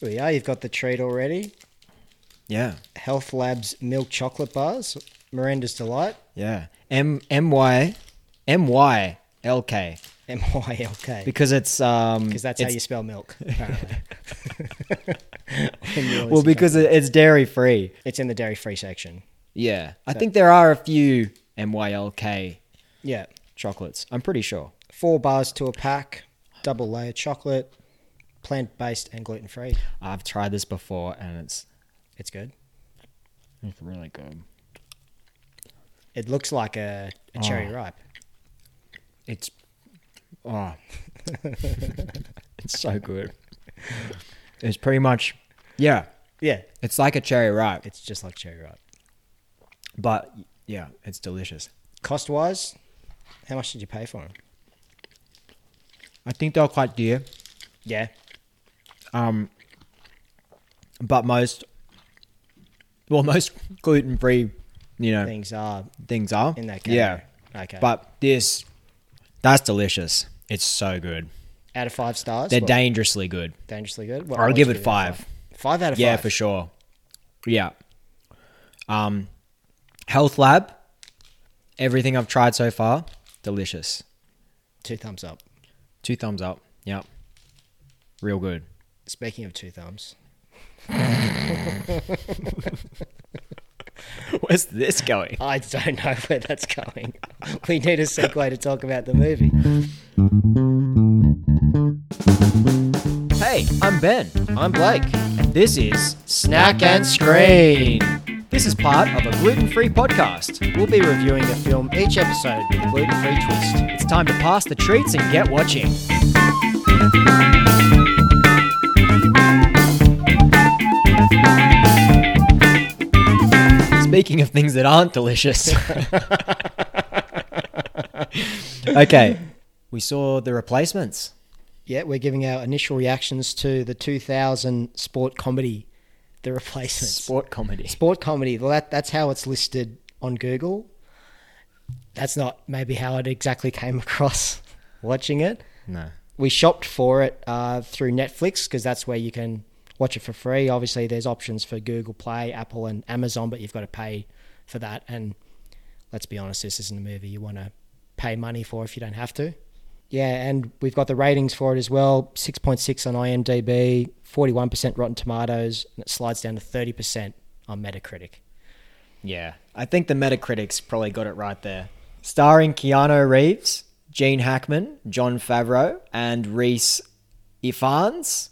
There we are. You've got the treat already. Yeah. Health Labs milk chocolate bars, Miranda's Delight, Yeah. M M Y M Y L K M Y L K. because it's um Because that's how it's- you spell milk. apparently. In your list well of because it- it's dairy free. companies. it's in the dairy free section. Yeah. I think there are a few M Y L K Yeah, chocolates. I'm pretty sure. four bars to a pack, double layered chocolate, plant based and gluten free. I've tried this before and it's It's good. it's really good. It looks like a, a cherry Oh. ripe. It's oh, it's so good. It's pretty much yeah. Yeah, It's like a cherry ripe, it's just like cherry ripe. but yeah, it's delicious. Cost wise, how much did you pay for them? I think they're quite dear. Yeah, Um, but most, well, most gluten free, you know, things are things are in that Yeah, category. Okay. but this, that's delicious. It's so good. out of five stars, They're what, dangerously good. dangerously good. What- I'll what'd give you it out of Five out of Yeah, five. for sure. Yeah. Um, Health Lab. Everything I've tried so far, delicious. Two thumbs up. Two thumbs up. Yeah. Real good. Speaking of two thumbs, Where's this going? I don't know where that's going. we need a segue to talk about the movie. Hey, I'm Ben. I'm Blake. And this is Snack and Screen. This is part of a gluten free podcast. We'll be reviewing a film each episode with a gluten free twist. It's time to pass the treats and get watching. Speaking of things that aren't delicious. okay, we saw the replacements. Yeah, we're giving our initial reactions to the 2000 sport comedy, The Replacements. Sport, Sport comedy. comedy, well, that, that's how it's listed on Google. That's not maybe how it exactly came across watching it. No. we shopped for it uh, through Netflix because that's where you can watch it for free. Obviously, there's options for Google Play, Apple, and Amazon, but you've got to pay for that. And let's be honest, this isn't a movie you want to pay money for if you don't have to. Yeah, and we've got the ratings for it as well 6.6 on IMDb, 41% Rotten Tomatoes, and it slides down to 30% on Metacritic. Yeah. I think the Metacritic's probably got it right there. Starring Keanu Reeves, Gene Hackman, John Favreau, and Reese Ifans.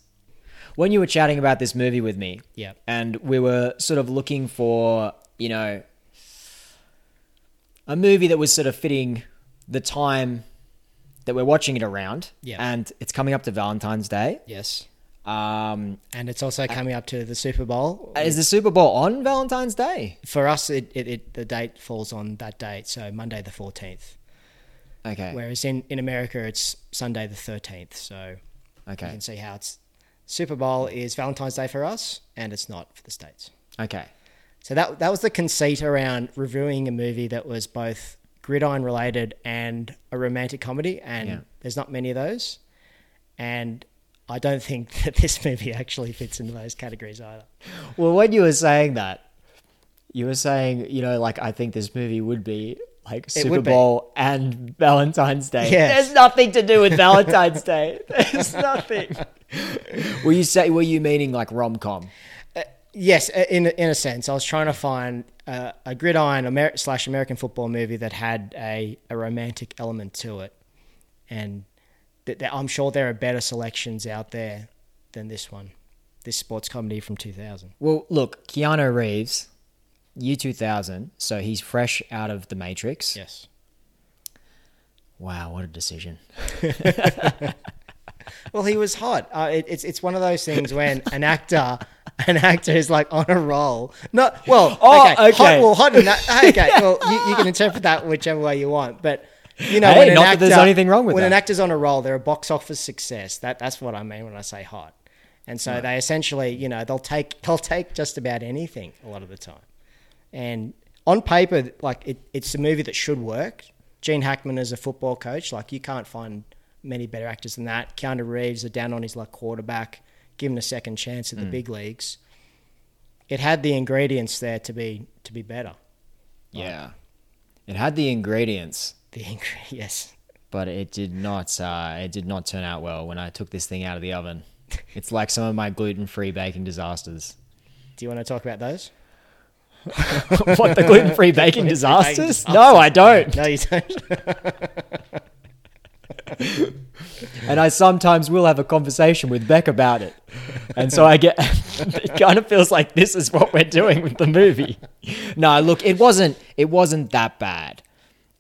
When you were chatting about this movie with me, Yep. and we were sort of looking for, you know, a movie that was sort of fitting the time that we're watching it around. Yeah. And it's coming up to Valentine's Day. Yes. Um, And it's also coming up to the Super Bowl. is the Super Bowl on Valentine's Day? For us, it, it, it the date falls on that date, so Monday the 14th. Okay. Whereas in, in America, it's Sunday the 13th. So you okay. can see how it's Super Bowl is Valentine's Day for us, and it's not for the States. Okay. So that, that was the conceit around reviewing a movie that was both gridiron related and a romantic comedy. And Yeah. there's not many of those. And I don't think that this movie actually fits into those categories either. Well, when you were saying that, you were saying, you know, like I think this movie would be like Super would be. Bowl and Valentine's Day. Yes. There's nothing to do with Valentine's Day. There's nothing. were you say were you meaning like rom com? Yes, i- in in a sense, I was trying to find uh, a gridiron Amer- slash American football movie that had a, a romantic element to it, and th- th- I'm sure there are better selections out there than this one, this sports comedy from 2000. Well, look, Keanu Reeves, year two thousand, so he's fresh out of the Matrix. Yes, Wow, what a decision. well, he was hot. Uh, it, it's it's one of those things when an actor. An actor is like on a roll. Not well. Oh, okay. Hot, okay. well, hot. and that- okay. Well, you, you can interpret that whichever way you want, but you know, Hey, when an not that actor, there's anything wrong with when an that. actor's on a roll, they're a box office success. That that's what I mean when I say hot. And so they essentially, you know, they'll take they'll take just about anything a lot of the time. And on paper, like it, it's a movie that should work. Gene Hackman is a football coach, like you can't find many better actors than that. Keanu Reeves are down on his like quarterback. given a second chance at Mm. the big leagues, it had the ingredients there to be to be better. Yeah. It had the ingredients, The ingre- yes, but it did not uh, it did not turn out well when I took this thing out of the oven. It's like some of my gluten-free baking disasters. do you want to talk about those? what the gluten-free baking disasters? No, I don't. No, you don't. And I sometimes will have a conversation with Beck about it. And so I get it kind of feels like this is what we're doing with the movie. No, look, it wasn't it wasn't that bad.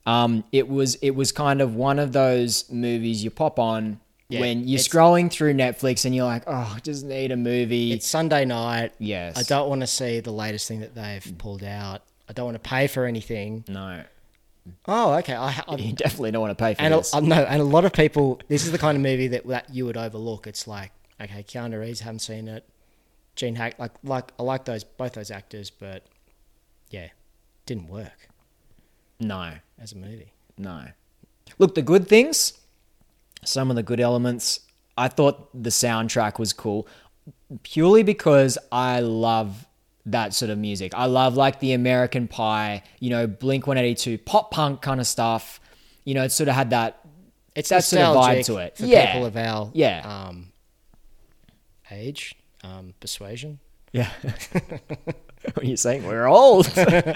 Um it was it was kind of one of those movies you pop on Yeah, when you're it's- scrolling through Netflix and you're like, "Oh, I just need a movie." It's Sunday night. yes. Mm. I don't want to see the latest thing that they've pulled out. I don't want to pay for anything. No. Oh, okay. I, I, You definitely don't want to pay for and a, this. uh, no, and a lot of people. This is the kind of movie that that you would overlook. It's like okay, Keanu Reeves, haven't seen it. Gene Hack, like like I like those both those actors, but yeah, didn't work no. as a movie. No. Look, the good things, some of the good elements. I thought the soundtrack was cool purely because I love that sort of music. I love like the American Pie, you know, Blink 182, pop punk kind of stuff. You know, it sort of had that. It's That sort of vibe nostalgic to it. for Yeah. people of our Yeah. um, age, um, persuasion. Yeah. what are you saying? We're old. yeah,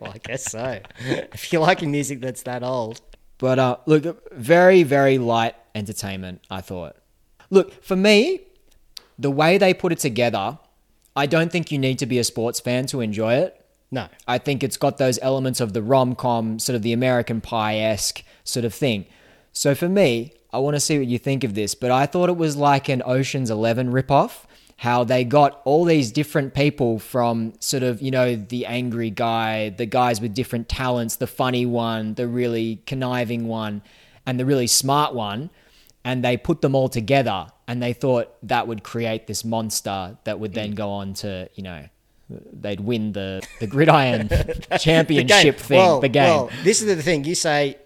well, I guess so. if you're liking music that's that old, But uh, look, very, very light entertainment, I thought. Look, for me, the way they put it together, I don't think you need to be a sports fan to enjoy it. no, I think it's got those elements of the rom com, sort of the American Pie esque sort of thing. So for me, I want to see what you think of this, but I thought it was like an Ocean's Eleven ripoff. How they got all these different people from sort of, you know, the angry guy, the guys with different talents, the funny one, the really conniving one, and the really smart one. And they put them all together and they thought that would create this monster that would then go on to, you know, they'd win the, the gridiron championship thing, Well, the game. Well, this is the thing. You say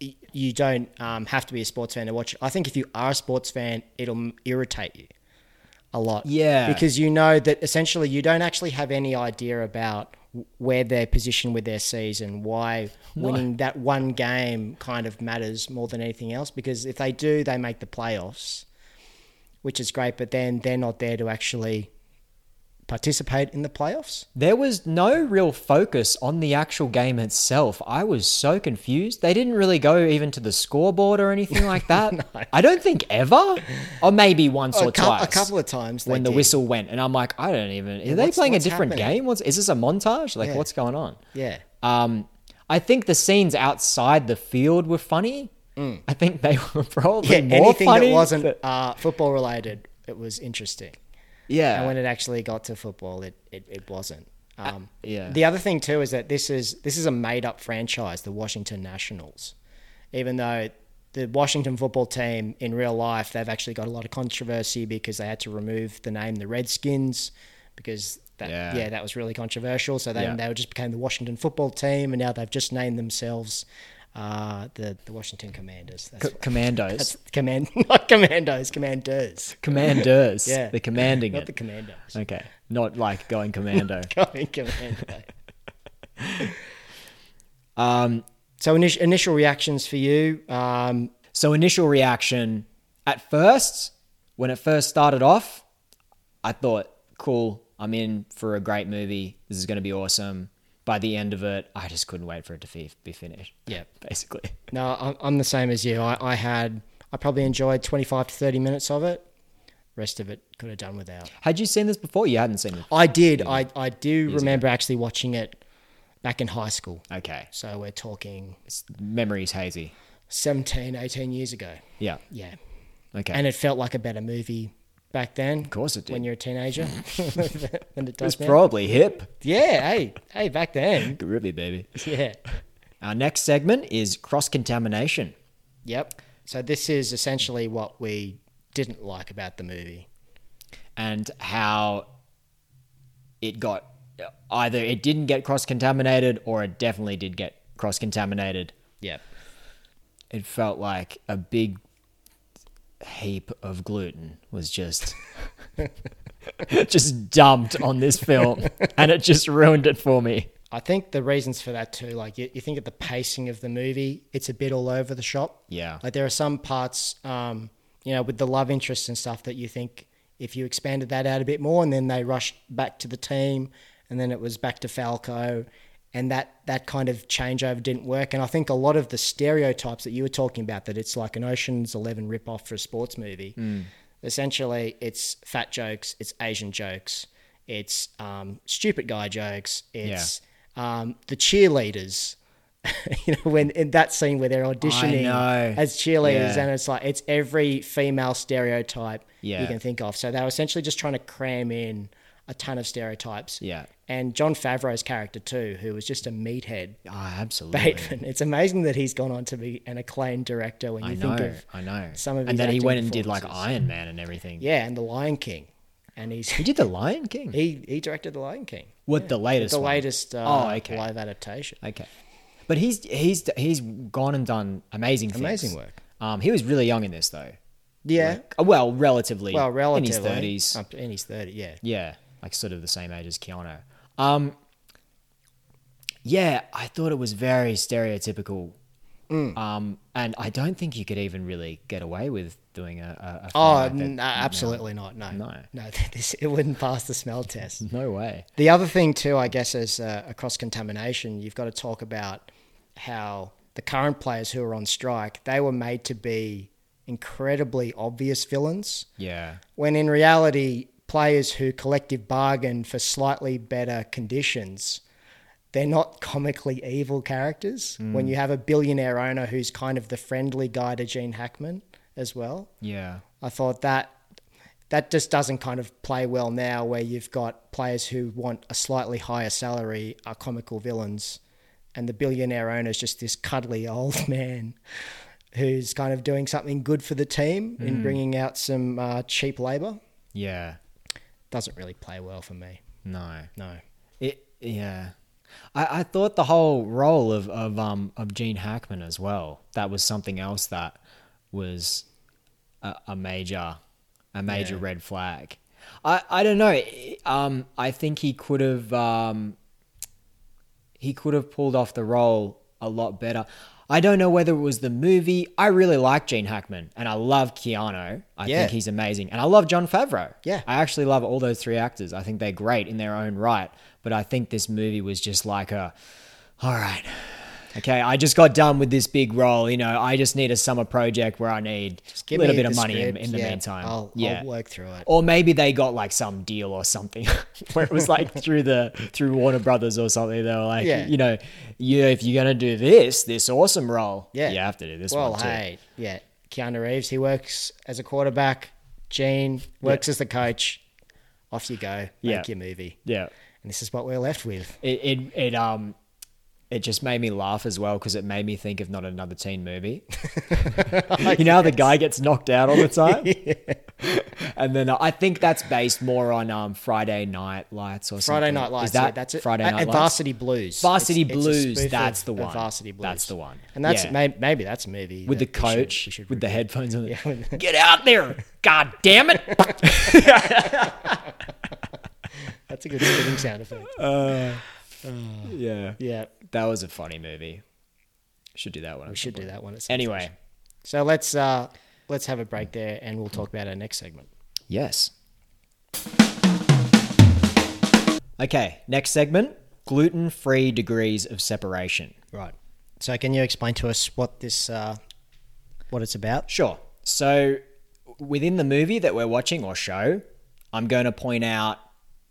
y- you don't um, have to be a sports fan to watch it. I think if you are a sports fan, it'll m- irritate you a lot. Yeah. Because you know that essentially you don't actually have any idea about w- where their position with their season, why winning that one game kind of matters more than anything else. Because if they do, they make the playoffs, which is great, but then they're not there to actually participate in the playoffs. There was no real focus on the actual game itself. I was so confused. They didn't really go even to the scoreboard or anything like that. I don't think ever, or maybe once or A, cou- twice. a couple of times they when the did. whistle went, and I'm like, I don't even. Are they what's- playing a what's different happening? game? What's is this a montage? Like, Yeah. what's going on? Yeah. Um, I think the scenes outside the field were funny. I think they were probably Mm. yeah, more anything funny. that wasn't but- uh, football related, it was interesting. yeah. And when it actually got to football, it, it, it wasn't. Uh, Um, yeah. The other thing too is that this is this is a made up franchise, the Washington Nationals. Even though the Washington football team in real life, they've actually got a lot of controversy because they had to remove the name the Redskins because that Yeah. yeah, that was really controversial. So then Yeah. they just became the Washington football team, and now they've just named themselves uh, the the Washington Commanders. That's C- commandos, That's command, not commandos, commanders, commanders. Yeah. they're commanding not it. the commandos. Okay. Not like going commando. Going commando. um, So initial initial reactions for you? Um, so initial reaction at first, when it first started off, I thought, cool, I'm in for a great movie. This is going to be awesome. By the end of it, I just couldn't wait for it to fi- be finished. yeah. Basically. No, I- I'm the same as you. I, I had I probably enjoyed 25 to 30 minutes of it. Rest of it could have done without. Had you seen this before? You hadn't seen it. I did. I I do remember actually watching it back in high school. Okay. So we're talking It's, memory's hazy. 17, 18 years ago. Yeah. Yeah. Okay. And it felt like a better movie back then. Of course it did. When you're a teenager, than it does it's now. probably hip. Yeah, hey, hey, back then. Groovy, baby. Yeah. Our next segment is cross contamination. Yep. So this is essentially what we didn't like about the movie. and how it got either it didn't get cross contaminated or it definitely did get cross contaminated. Yep. It felt like a big heap of gluten was just just dumped on this film and it just ruined it for me. I think the reasons for that too, like you, you think at the pacing of the movie, it's a bit all over the shop. Yeah. Like there are some parts, um, you know, with the love interest and stuff that you think if you expanded that out a bit more, and then they rushed back to the team, and then it was back to Falco, and that that kind of changeover didn't work. And I think a lot of the stereotypes that you were talking about, that it's like an Ocean's Eleven ripoff for a sports movie. Essentially, it's fat jokes, it's Asian jokes, it's um, stupid guy jokes, it's um, the cheerleaders. you know, when in that scene where they're auditioning know. as cheerleaders, Yeah. and it's like it's every female stereotype Yeah. you can think of. So they were essentially just trying to cram in a ton of stereotypes. Yeah. And John Favreau's character too, who was just a meathead. Ah, absolutely. Bateman. It's amazing that he's gone on to be an acclaimed director when you I think know. of I know. some of his and then he acting went and did like performances. Iron Man and everything. yeah, and The Lion King, and he's He did The Lion King. he he directed The Lion King, What the latest? the one? latest uh, Oh, okay. live adaptation. Okay, but he's he's he's gone and done amazing things. Amazing work. Um, he was really young in this though. Yeah, Uh, well, relatively. well, relatively Oh. in his thirties. up in his thirty. Yeah, yeah, like sort of the same age as Keanu. Um, yeah, I thought it was very stereotypical. Mm. Um, and I don't think you could even really get away with doing a. a, a film Oh, like that. n- absolutely not. No, No. no. This it wouldn't pass the smell test. no way. The other thing too, I guess, is uh, across contamination. You've got to talk about how the current players who are on strike they were made to be incredibly obvious villains, Yeah, when in reality, players who collective bargain for slightly better conditions. They're not comically evil characters. When you have a billionaire owner who's kind of the friendly guy to Gene Hackman as well, yeah, I thought that that just doesn't kind of play well now, where you've got players who want a slightly higher salary are comical villains, and the billionaire owner is just this cuddly old man who's kind of doing something good for the team Mm. in bringing out some uh, cheap labor. yeah. Doesn't really play well for me. No. No. It yeah. I, I thought the whole role of, of um of Gene Hackman as well. That was something else that was a, a major a major red flag. I, I don't know. Um I think he could have um he could have pulled off the role a lot better. I don't know whether it was the movie. I really like Gene Hackman and I love Keanu. I Yeah. think he's amazing. And I love John Favreau. Yeah. I actually love all those three actors. I think they're great in their own right. But I think this movie was just like a, all right, okay, I just got done with this big role. You know, I just need a summer project where I need a Give little me bit of the money in, script. in the Yeah, meantime. I'll, yeah. I'll work through it. Or maybe they got like some deal or something where it was like through the through Warner Brothers or something. They were like, Yeah. you know, you if you're gonna do this, this awesome role, Yeah. you have to do this Well, one too. hey, yeah. Keanu Reeves, he works as a quarterback. Gene works as the coach. Off you go. Make Yeah. your movie. Yeah. And this is what we're left with. It, it it um it just made me laugh as well because it made me think of not another teen movie. you know how the guy gets knocked out all the time, and then uh, I think that's based more on um Friday Night Lights or Friday something. Night Lights. Is that yeah, that's it. Friday Uh, Night and Lights? Varsity Blues. Varsity It's- it's a Blues, spoof that's of- the of one. Varsity Blues. That's the one. And that's Yeah. may- maybe that's a movie with the that we should- coach we should with the review. headphones on. with- Get out there! God damn it! That's a good spitting sound effect. yeah, yeah, that was a funny movie. Should do that one. we should do that one. at some Anyway, stage. so let's uh, let's have a break there, and we'll talk about our next segment. yes. Okay, next segment: gluten-free degrees of separation. Right. So can you explain to us what this uh, what it's about? Sure. So within the movie that we're watching or show, I'm going to point out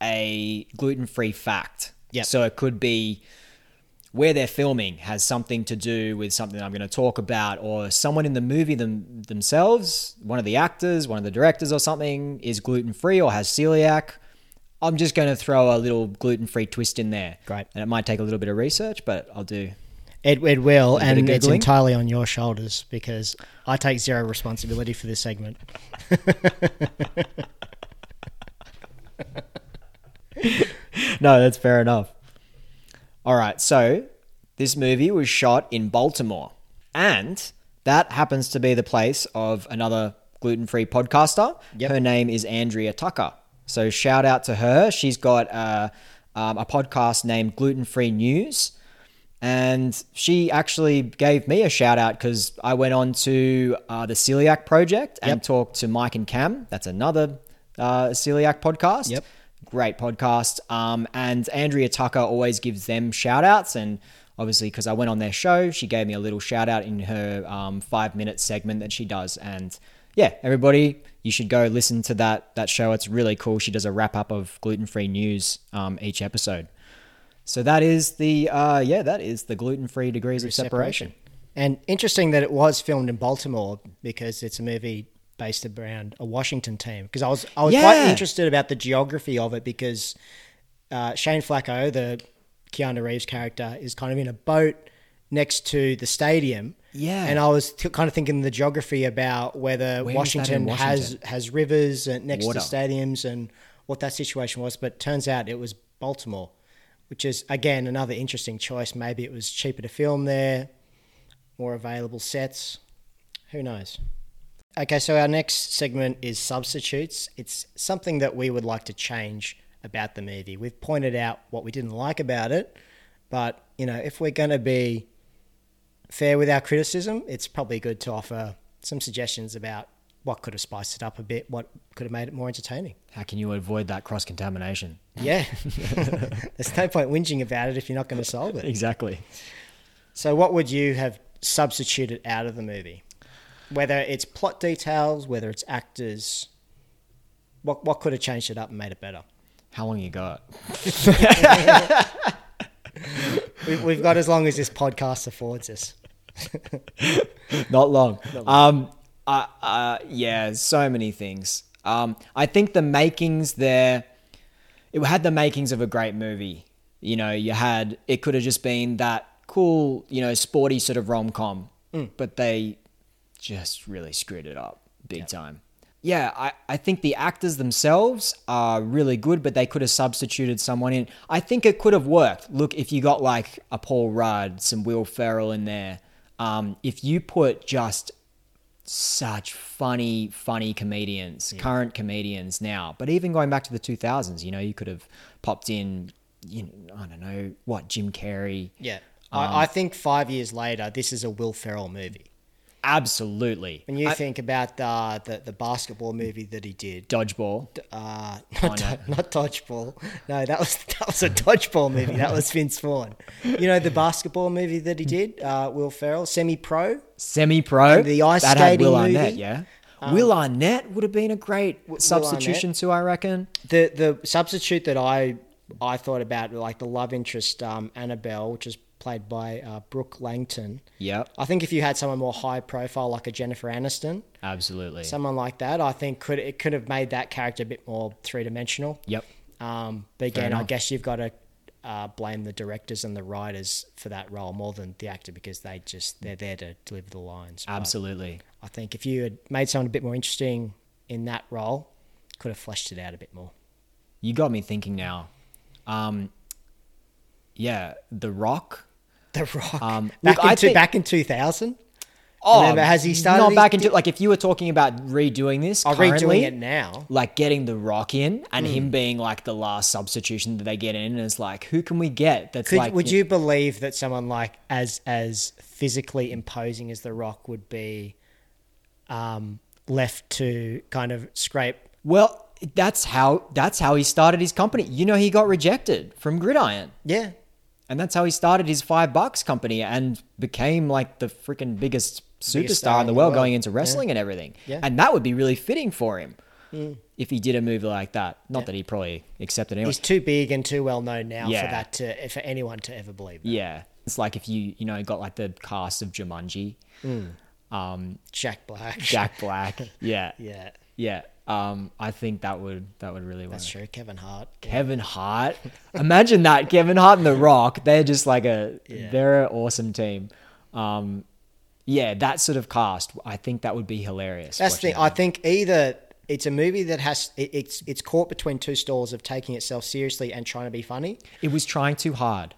a gluten free fact. Yep. So it could be where they're filming has something to do with something I'm going to talk about, or someone in the movie them, themselves, one of the actors, one of the directors, or something is gluten free or has celiac. I'm just going to throw a little gluten free twist in there. Great. And it might take a little bit of research, but I'll do It, it will, bit of and it's Googling. entirely on your shoulders because I take zero responsibility for this segment. no, that's fair enough. All right, so this movie was shot in Baltimore, and that happens to be the place of another gluten free podcaster. Yep. Her name is Andrea Tucker. So shout out to her. She's got uh, um, a podcast named Gluten Free News. And she actually gave me a shout out because I went on to uh, the Celiac Project and talked to Mike and Cam. That's another uh, Celiac podcast. Yep. Great podcast. Um, and Andrea Tucker always gives them shout outs. And obviously, because I went on their show, she gave me a little shout out in her um, five minute segment that she does. And yeah, everybody, you should go listen to that, that show. It's really cool. She does a wrap up of gluten free news um, each episode. So that is the uh, yeah, that is the gluten free degrees of separation. And interesting that it was filmed in Baltimore because it's a movie based around a Washington team. Because I was I was Yeah. quite interested about the geography of it because uh, Shane Flacco, the Keanu Reeves character, is kind of in a boat next to the stadium. Yeah. and I was t- kind of thinking the geography about whether Where is that in Washington, has Washington? has rivers and next Water. to stadiums and what that situation was. But turns out it was Baltimore, which is again another interesting choice. Maybe it was cheaper to film there more available sets. Who knows? Okay, so our next segment is substitutes. It's something that we would like to change about the movie. We've pointed out what we didn't like about it, but you know, if we're going to be fair with our criticism, it's probably good to offer some suggestions about what could have spiced it up a bit, what could have made it more entertaining. How can you avoid that cross contamination? Yeah. There's no point whinging about it if you're not going to solve it. Exactly. So, what would you have substituted out of the movie? Whether it's plot details, whether it's actors, what what could have changed it up and made it better? How long you got? We, we've got as long as this podcast affords us. Not long. Um, uh, uh, yeah, so many things. Um, I think the makings there, it had the makings of a great movie. You know, you had it could have just been that cool, you know, sporty sort of rom com, but they just really screwed it up big time. Yeah, I, I think the actors themselves are really good, but they could have substituted someone in. I think it could have worked. Look, if you got like a Paul Rudd, some Will Ferrell in there, um, if you put just such funny, funny comedians, current comedians now. But even going back to the 2000s, you know, you could have popped in, you know, I don't know, what, Jim Carrey. Yeah, I, I think five years later, this is a Will Ferrell movie. Absolutely. Uh, When you think about the, the the basketball movie that he did, Dodgeball. uh, not, do- not dodgeball. No, that was that was a dodgeball movie. That was Vince Vaughn. You know the basketball movie that he did, uh, Will Ferrell, semi pro. Semi pro. And the ice that had skating Will movie. Um, Arnett, yeah. Will Arnett would have been a great substitution too, I reckon. the the substitute that I I thought about like the love interest um, Annabelle, which is played by uh, Brooke Langton. Yep, I think if you had someone more high profile like a Jennifer Aniston, absolutely. someone like that, I think could it could have made that character a bit more three dimensional. yep. Um, but again, I enough. guess you've got to uh, blame the directors and the writers for that role more than the actor because they just they're there to deliver the lines. But Absolutely. I think if you had made someone a bit more interesting in that role, could have fleshed it out a bit more. You got me thinking now. Um, yeah, The Rock. The Rock. Um, back, look, in I two, think- back in 2000. Oh, Remember, has he started Not his back into di- like if you were talking about redoing this. I'm currently, redoing it now. Mm. Like getting the Rock in and him being like the last substitution that they get in, and it's like who can we get that's Could, like would you, believe that someone like as as physically imposing as The Rock would be um, left to kind of scrape? Well, that's how that's how he started his company. You know, he got rejected from Gridiron. Yeah. And that's how he started his five bucks company and became like the freaking biggest superstar star in the world, going into wrestling and everything. Yeah. Mm. And that would be really fitting for him if he did a movie like that. Not that he probably accepted anyway. He's too big and too well known now Yeah. for that to for anyone to ever believe. That. yeah. It's like if you, you know, got like the cast of Jumanji, um, Jack Black. Jack Black. yeah. Yeah. Yeah. Um, I think that would that would really work. That's true. Kevin Hart. Kevin Hart. Imagine that. Kevin Hart and The Rock. They're just like a they're an awesome team. Um yeah, that sort of cast, I think that would be hilarious. That's the watching thing. I think either it's a movie that has it, it's it's caught between two stalls of taking itself seriously and trying to be funny. that. It was trying too hard.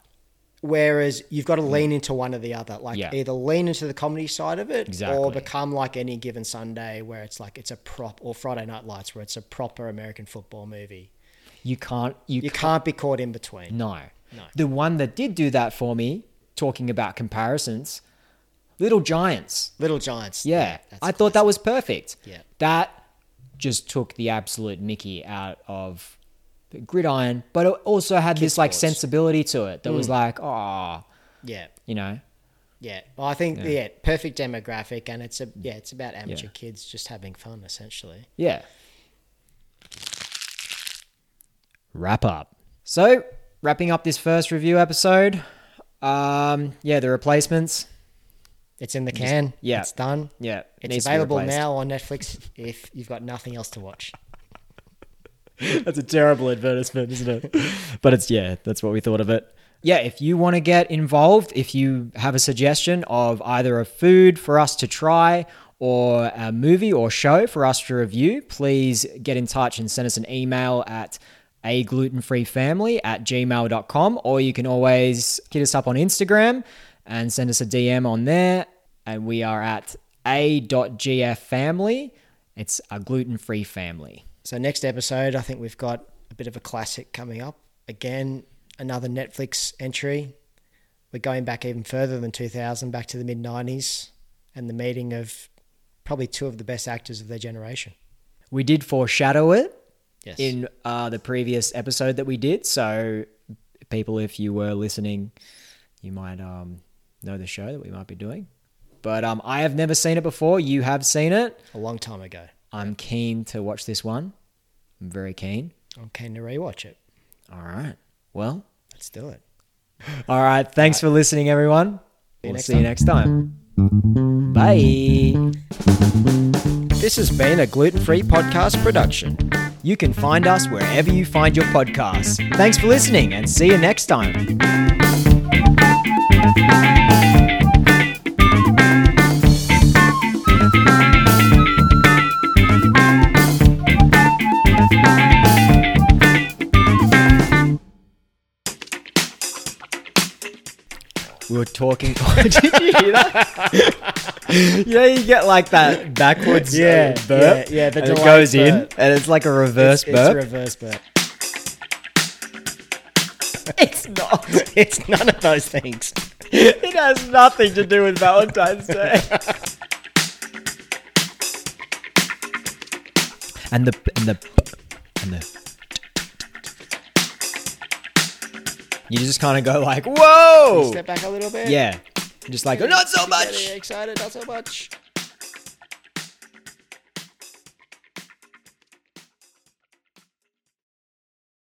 Whereas you've got to lean into one or the other, like Yeah. either lean into the comedy side of it, Exactly. or become like any given Sunday, where it's like it's a prop, or Friday Night Lights, where it's a proper American football movie. You can't. You, You can't. can't be caught in between. No. No. The one that did do that for me, talking about comparisons, Little Giants. Little Giants. Yeah. that's I thought that was perfect. Yeah. That just took the absolute mickey out of the gridiron, but it also had this like sports. sensibility to it that Mm. was like, oh, Yeah, you know, yeah. Well, I think yeah. perfect demographic, and it's a yeah, it's about amateur kids just having fun essentially. yeah. Wrap up. So, wrapping up this first review episode. Um, yeah, the replacements. It's in the can. yeah. it's done. Yeah, it needs It's to be available replaced. now on Netflix if you've got nothing else to watch. That's a terrible advertisement, isn't it? but it's yeah, that's what we thought of it. Yeah, if you want to get involved, if you have a suggestion of either a food for us to try or a movie or show for us to review, please get in touch and send us an email at a glutenfreefamily at gmail.com or you can always hit us up on Instagram and send us a DM on there. And we are at a.gffamily. It's a gluten free family. So next episode, I think we've got a bit of a classic coming up. Again, another Netflix entry. We're going back even further than 2000, back to the mid 90s, and the meeting of probably two of the best actors of their generation. We did foreshadow it Yes. in uh, the previous episode that we did. So, people, if you were listening, you might um, know the show that we might be doing. But um, I have never seen it before. You have seen it. a long time ago. I'm keen to watch this one. I'm very keen. I'm keen to rewatch it. All right. Well, Let's do it. all right. Thanks for listening, everyone. you We'll next see you time. next time. Bye. This has been a gluten free podcast production. You can find us wherever you find your podcasts. Thanks for listening and see you next time. We were talking. Did you hear that? you know, you get like that backwards Yeah, yeah, burp. yeah, yeah, the and it delayed goes in, burp. and it's like a reverse It's, burp. it's reverse burp. It's not. It's none of those things. It has nothing to do with Valentine's Day. and the and the and the. You just kind of go like, "Whoa!" Step back a little bit. Yeah, just like, "Not so Get much." excited, not so much.